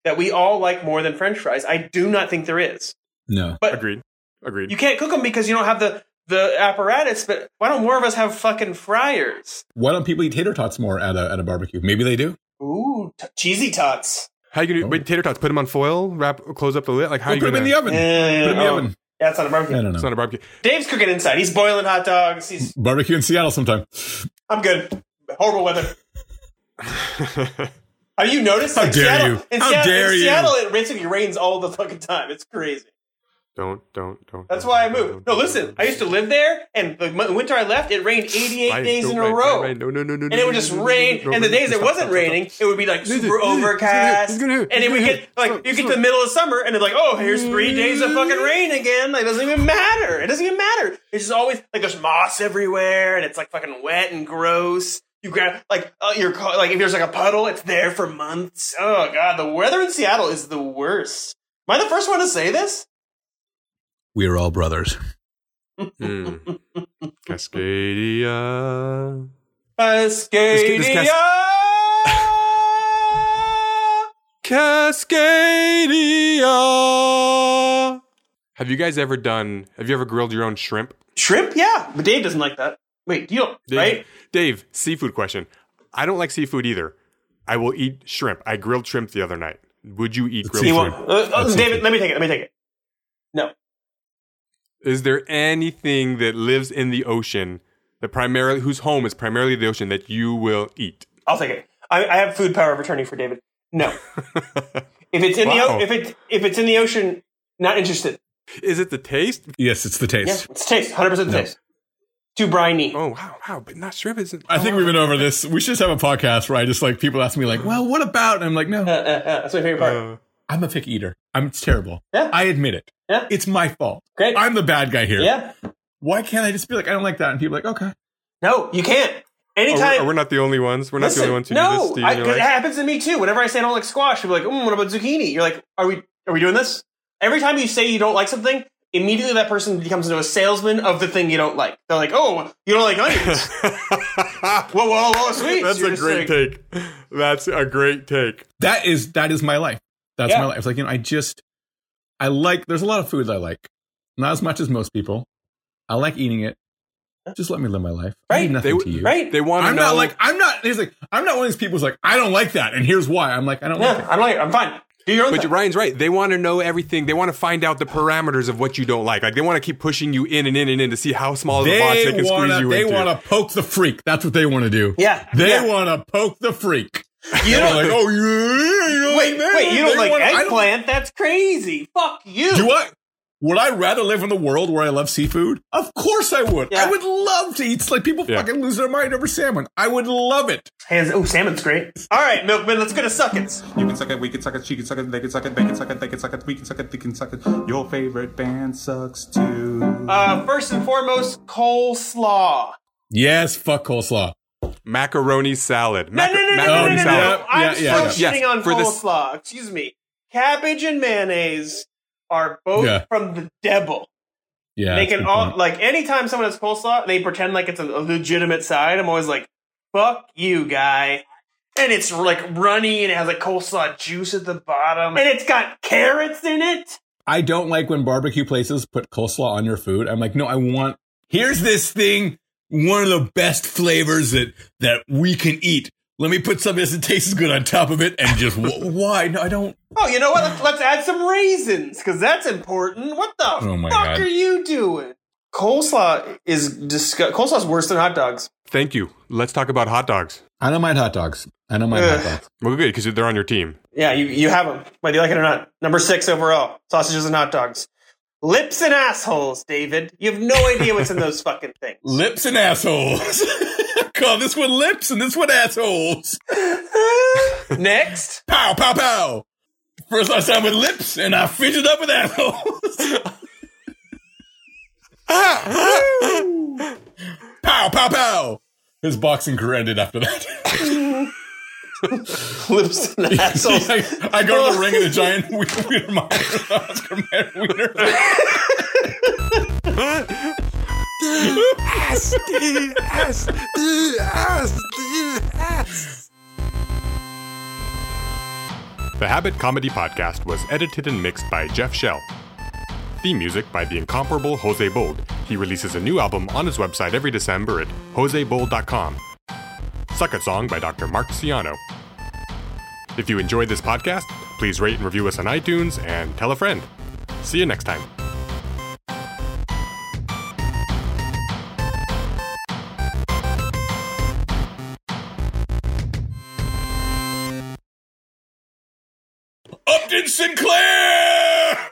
Speaker 3: that we all like more than French fries? I do not think there is.
Speaker 2: No.
Speaker 1: Agreed. Agreed.
Speaker 3: You can't cook them because you don't have the the apparatus. But why don't more of us have fucking fryers?
Speaker 2: Why don't people eat tater tots more at a at a barbecue? Maybe they do.
Speaker 3: Ooh, t- cheesy tots.
Speaker 1: how you gonna wait? Tater tots. Put them on foil. Wrap. Close up the lid. Like how
Speaker 2: Or
Speaker 1: you
Speaker 2: Oh. put
Speaker 1: gonna?
Speaker 2: them in the oven.
Speaker 3: Yeah,
Speaker 2: Put them in the
Speaker 3: oh.
Speaker 2: oven.
Speaker 3: Yeah, it's on a
Speaker 2: I
Speaker 3: barbecue.
Speaker 2: don't know.
Speaker 1: It's not a barbecue.
Speaker 3: Dave's cooking inside. He's boiling hot dogs. He's
Speaker 2: Barbecue in Seattle sometime.
Speaker 3: I'm good. Horrible weather. Have you noticed?
Speaker 2: How
Speaker 3: like,
Speaker 2: dare
Speaker 3: Seattle,
Speaker 2: you.
Speaker 3: In
Speaker 2: How
Speaker 3: Seattle,
Speaker 2: dare
Speaker 3: in
Speaker 2: you.
Speaker 3: Seattle, it basically rains all the fucking time. It's crazy.
Speaker 1: Don't, don't, don't.
Speaker 3: That's
Speaker 1: don't,
Speaker 3: why I
Speaker 1: don't,
Speaker 3: moved.
Speaker 1: don't,
Speaker 3: No, listen,
Speaker 1: don't.
Speaker 3: I used to live there, and the mo- winter I left, it rained 88
Speaker 1: Right,
Speaker 3: days
Speaker 1: don't-
Speaker 3: in a
Speaker 1: right, right,
Speaker 3: row.
Speaker 1: right. No, no, no, no.
Speaker 3: And it would just rain, and the days it wasn't raining, it would be like
Speaker 1: Listen,
Speaker 3: super
Speaker 1: listen, it's gonna-
Speaker 3: overcast.
Speaker 1: it's gonna-
Speaker 3: And
Speaker 1: it's
Speaker 3: then we
Speaker 1: gonna-
Speaker 3: get like
Speaker 1: slow,
Speaker 3: you get
Speaker 1: slow.
Speaker 3: to the middle of summer, and it's like, oh, here's three days of fucking rain again. Like, it doesn't even matter. It doesn't even matter. It's just always like there's moss everywhere, and it's like fucking wet and gross. You grab like uh, your car, like if there's like a puddle, it's there for months. Oh god, the weather in Seattle is the worst. Am I the first one to say this?
Speaker 2: We are all brothers.
Speaker 1: Hmm. Cascadia. this
Speaker 3: Cascadia.
Speaker 1: cas- Cascadia. Have you guys ever done? Have you ever grilled your own shrimp?
Speaker 3: Shrimp, yeah, but Dave doesn't like that. Wait, you don't,
Speaker 1: Dave,
Speaker 3: right?
Speaker 1: Dave, seafood question. I don't like seafood either. I will eat shrimp. I grilled shrimp the other night. Would you eat grilled
Speaker 3: He
Speaker 1: shrimp?
Speaker 3: won't. Uh, uh,
Speaker 2: That's
Speaker 3: David,
Speaker 2: seafood.
Speaker 3: let me take it. Let me take it.
Speaker 1: Is there anything that lives in the ocean that primarily whose home is primarily the ocean that you will eat?
Speaker 3: I'll take it. I, I have food power of attorney for David. No, if it's in the
Speaker 1: Wow.
Speaker 3: o- if it if it's in the ocean, not interested.
Speaker 1: is it the taste?
Speaker 2: Yes, it's the
Speaker 3: Yeah,
Speaker 2: taste.
Speaker 3: it's taste, hundred percent
Speaker 2: No.
Speaker 3: taste. Too briny.
Speaker 1: Oh wow, wow! But not shrimp isn't.
Speaker 2: I think we've been over this. We should just have a podcast where I just like people ask me like, "Well, what about?" And I'm like,
Speaker 3: Uh, uh,
Speaker 2: "No,
Speaker 3: uh, that's my favorite part.
Speaker 1: Uh,
Speaker 2: I'm a picky eater. I'm it's terrible.
Speaker 3: Yeah.
Speaker 2: I admit it.
Speaker 3: Yeah.
Speaker 2: It's my fault.
Speaker 3: Great.
Speaker 2: I'm the bad guy here.
Speaker 3: yeah.
Speaker 2: Why can't I just be like, I don't like that? And people are like, okay.
Speaker 3: No, you can't.
Speaker 1: oh,
Speaker 3: Anytime.
Speaker 1: we're, we're not the only ones. We're not the
Speaker 3: Listen,
Speaker 1: only ones who do
Speaker 3: no,
Speaker 1: this. Steve,
Speaker 3: I-
Speaker 1: you're
Speaker 3: 'cause it
Speaker 1: like-
Speaker 3: happens to me too. Whenever I say I don't like squash, people are like, mm, "What about zucchini?" You're like, "Are we are we doing this?" Every time you say you don't like something, immediately that person becomes into a salesman of the thing you don't like. They're like, "Oh, you don't like onions? whoa, whoa, whoa, sweet!"
Speaker 1: That's a great take. That's a great take.
Speaker 2: That is that is my life. That's
Speaker 3: Yeah.
Speaker 2: my life. It's like, you know, I just I like there's a lot of foods I like. Not as much as most people. I like eating it. Just let me live my life. I
Speaker 3: Right.
Speaker 2: need nothing
Speaker 1: They-
Speaker 2: to you.
Speaker 3: Right?
Speaker 1: They want to
Speaker 2: I'm
Speaker 1: know.
Speaker 2: not like I'm not he's like I'm not one of these people who's like, I don't like that and here's why. I'm like, I don't like
Speaker 3: Yeah,
Speaker 2: it.
Speaker 3: I'm like, I'm fine. Do your own
Speaker 1: but
Speaker 3: thing.
Speaker 1: Ryan's right. They want to know everything. They want to find out the parameters of what you don't like. Like they want to keep pushing you in and in and in to see how small of a box they
Speaker 2: They
Speaker 1: can squeeze
Speaker 2: wanna
Speaker 1: you
Speaker 2: they
Speaker 1: into.
Speaker 2: wanna poke the freak. That's what they want to do.
Speaker 3: Yeah,
Speaker 2: They
Speaker 3: yeah.
Speaker 2: wanna poke the freak.
Speaker 3: you
Speaker 2: They're like,
Speaker 3: don't.
Speaker 2: oh yeah, you don't
Speaker 3: Wait,
Speaker 2: like that.
Speaker 3: wait, you
Speaker 2: They
Speaker 3: don't like
Speaker 2: wanna- I don't-
Speaker 3: eggplant? That's crazy. Fuck you.
Speaker 2: Do I? Would I rather live in the world where I love seafood? Of course I would.
Speaker 3: Yeah.
Speaker 2: I would love to eat. Like people
Speaker 1: Yeah.
Speaker 2: fucking lose their mind over salmon. I would love it.
Speaker 3: Hands- oh, salmon's great. All right, milkman, let's go to suckets.
Speaker 4: You can suck it, we can suck it, she can suck it, they can suck it, they can suck it, they can suck it, we can suck it, they can suck it. Your favorite band sucks too.
Speaker 3: Uh, first and foremost, coleslaw.
Speaker 2: Yes, fuck coleslaw.
Speaker 1: macaroni salad.
Speaker 3: No,
Speaker 1: Mac-
Speaker 3: no, no, no, no,
Speaker 1: macaroni
Speaker 2: Macaroni
Speaker 3: no, no, no.
Speaker 1: salad.
Speaker 2: salad.
Speaker 3: I'm
Speaker 2: oh, Yeah, yeah,
Speaker 3: still
Speaker 1: yeah.
Speaker 3: shitting
Speaker 1: Yes,
Speaker 3: on
Speaker 1: for the s-
Speaker 3: coleslaw. Excuse me. Cabbage and mayonnaise are both
Speaker 2: Yeah.
Speaker 3: from the devil.
Speaker 2: Yeah,
Speaker 3: they
Speaker 2: that's a
Speaker 3: can
Speaker 2: good
Speaker 3: all
Speaker 2: point.
Speaker 3: like anytime someone has coleslaw and they pretend like it's a, a legitimate side. I'm always like, "Fuck you, guy." And it's like runny and it has like coleslaw juice at the bottom and it's got carrots in it.
Speaker 2: I don't like when barbecue places put coleslaw on your food. I'm like, no, I want. Here's this thing, one of the best flavors that that we can eat. Let me put something that tastes good on top of it, and just wh- why? No, I don't.
Speaker 3: Oh, you know what? Let's, let's add some raisins because that's important. What the
Speaker 2: Oh my
Speaker 3: fuck
Speaker 2: God.
Speaker 3: are you doing? Coleslaw is disgust. Coleslaw's worse than hot dogs.
Speaker 1: Thank you. Let's talk about hot dogs.
Speaker 2: I don't mind hot dogs. I don't mind
Speaker 3: Ugh.
Speaker 2: hot dogs.
Speaker 1: Well, good because they're on your team.
Speaker 3: Yeah, you, you have them, whether you like it or not. Number six overall sausages and hot dogs. Lips and assholes, David. You have no idea what's in those fucking things.
Speaker 2: Lips and assholes. Call this one lips and this one assholes.
Speaker 3: Next.
Speaker 2: Pow, pow, pow. First I sound with lips and I fidget up with assholes. pow, pow, pow. His boxing career ended after that.
Speaker 3: Lips and assholes.
Speaker 2: I, I go to the ring and the giant wiener, wiener monster, Oscar Mayer wiener.
Speaker 1: The Habit Comedy Podcast was edited and mixed by Jeff Shell. Theme music by the incomparable Jose Bold. He releases a new album on his website every December at josebold.com. Suck It Song by Dr. Mark Ciano. If you enjoyed this podcast, please rate and review us on iTunes and tell a friend. See you next time.
Speaker 2: Upton Sinclair!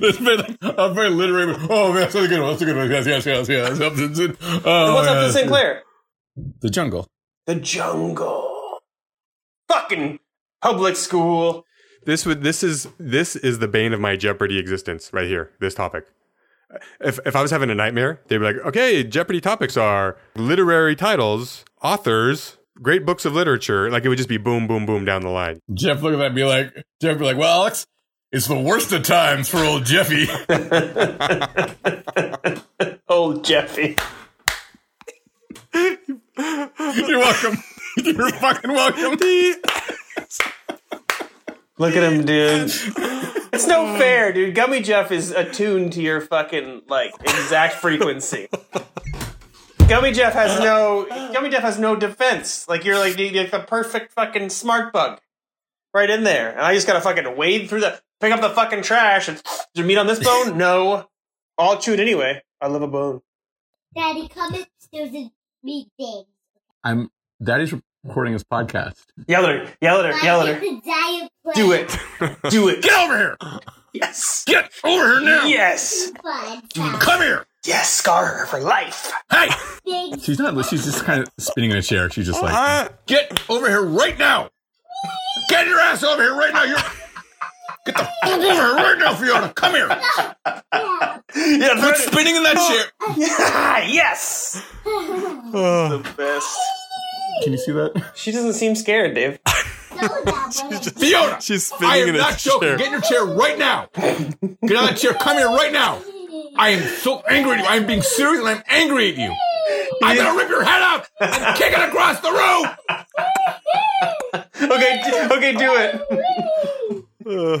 Speaker 2: There's been like a very literary. Oh man, that's a good one. That's a good one. Yes, yes, yes, yes. Upton- Oh,
Speaker 3: What's up to
Speaker 2: yes.
Speaker 3: Sinclair?
Speaker 2: The jungle.
Speaker 3: The jungle. Fucking public school.
Speaker 1: This would this is this is the bane of my Jeopardy existence right here. This topic. If if I was having a nightmare, they'd be like, "Okay, Jeopardy topics are literary titles, authors, great books of literature." Like it would just be boom, boom, boom down the line.
Speaker 2: Jeff look at that and be like, Jeff be like, well, Alex, it's the worst of times for old Jeffy.
Speaker 3: Old Jeffy.
Speaker 2: You're welcome. You're fucking welcome.
Speaker 3: Look at him, dude. It's no fair, dude. Gummy Jeff is attuned to your fucking like exact frequency. Gummy Jeff has no Gummy Jeff has no defense. Like you're like, you're like the perfect fucking smart bug, right in there. And I just gotta fucking wade through the pick up the fucking trash and is there meat on this bone? No, I'll chew it anyway. I love a bone.
Speaker 5: Daddy, come upstairs and meet Dave.
Speaker 2: I'm Daddy's recording his podcast.
Speaker 3: Yell at her! Yell at her! Yell at her!
Speaker 5: It's a giant plane.
Speaker 3: Do it! Do it!
Speaker 2: Get over here!
Speaker 3: Yes!
Speaker 2: Get over here now!
Speaker 3: Yes!
Speaker 5: Fun fact.
Speaker 2: Come here!
Speaker 3: Yes! Scar her for life.
Speaker 2: Hey!
Speaker 5: Big
Speaker 2: She's not she's just kind of spinning in a chair. She's just like
Speaker 1: Ah,
Speaker 2: Uh, Get over here right now! Get your ass over here right now! You're Get the fuck over here right now, Fiona! Come here!
Speaker 5: cow.
Speaker 3: Yeah,
Speaker 2: Quit spinning in that chair!
Speaker 3: Ah, yes.
Speaker 1: oh.
Speaker 3: Best.
Speaker 2: Can you see that?
Speaker 3: She doesn't seem scared, Dave.
Speaker 5: Go, Goblin.
Speaker 2: Fiona!
Speaker 1: she's
Speaker 2: I
Speaker 1: spinning
Speaker 2: am
Speaker 1: in a
Speaker 2: not joking.
Speaker 1: chair.
Speaker 2: Get in your chair right now. Get out of that chair. Come here right now. I am so angry at you. I'm being serious and I'm angry at you. I'm gonna rip your head off and kick it across the room.
Speaker 3: Okay, d- okay, do
Speaker 1: Ugh.
Speaker 3: it.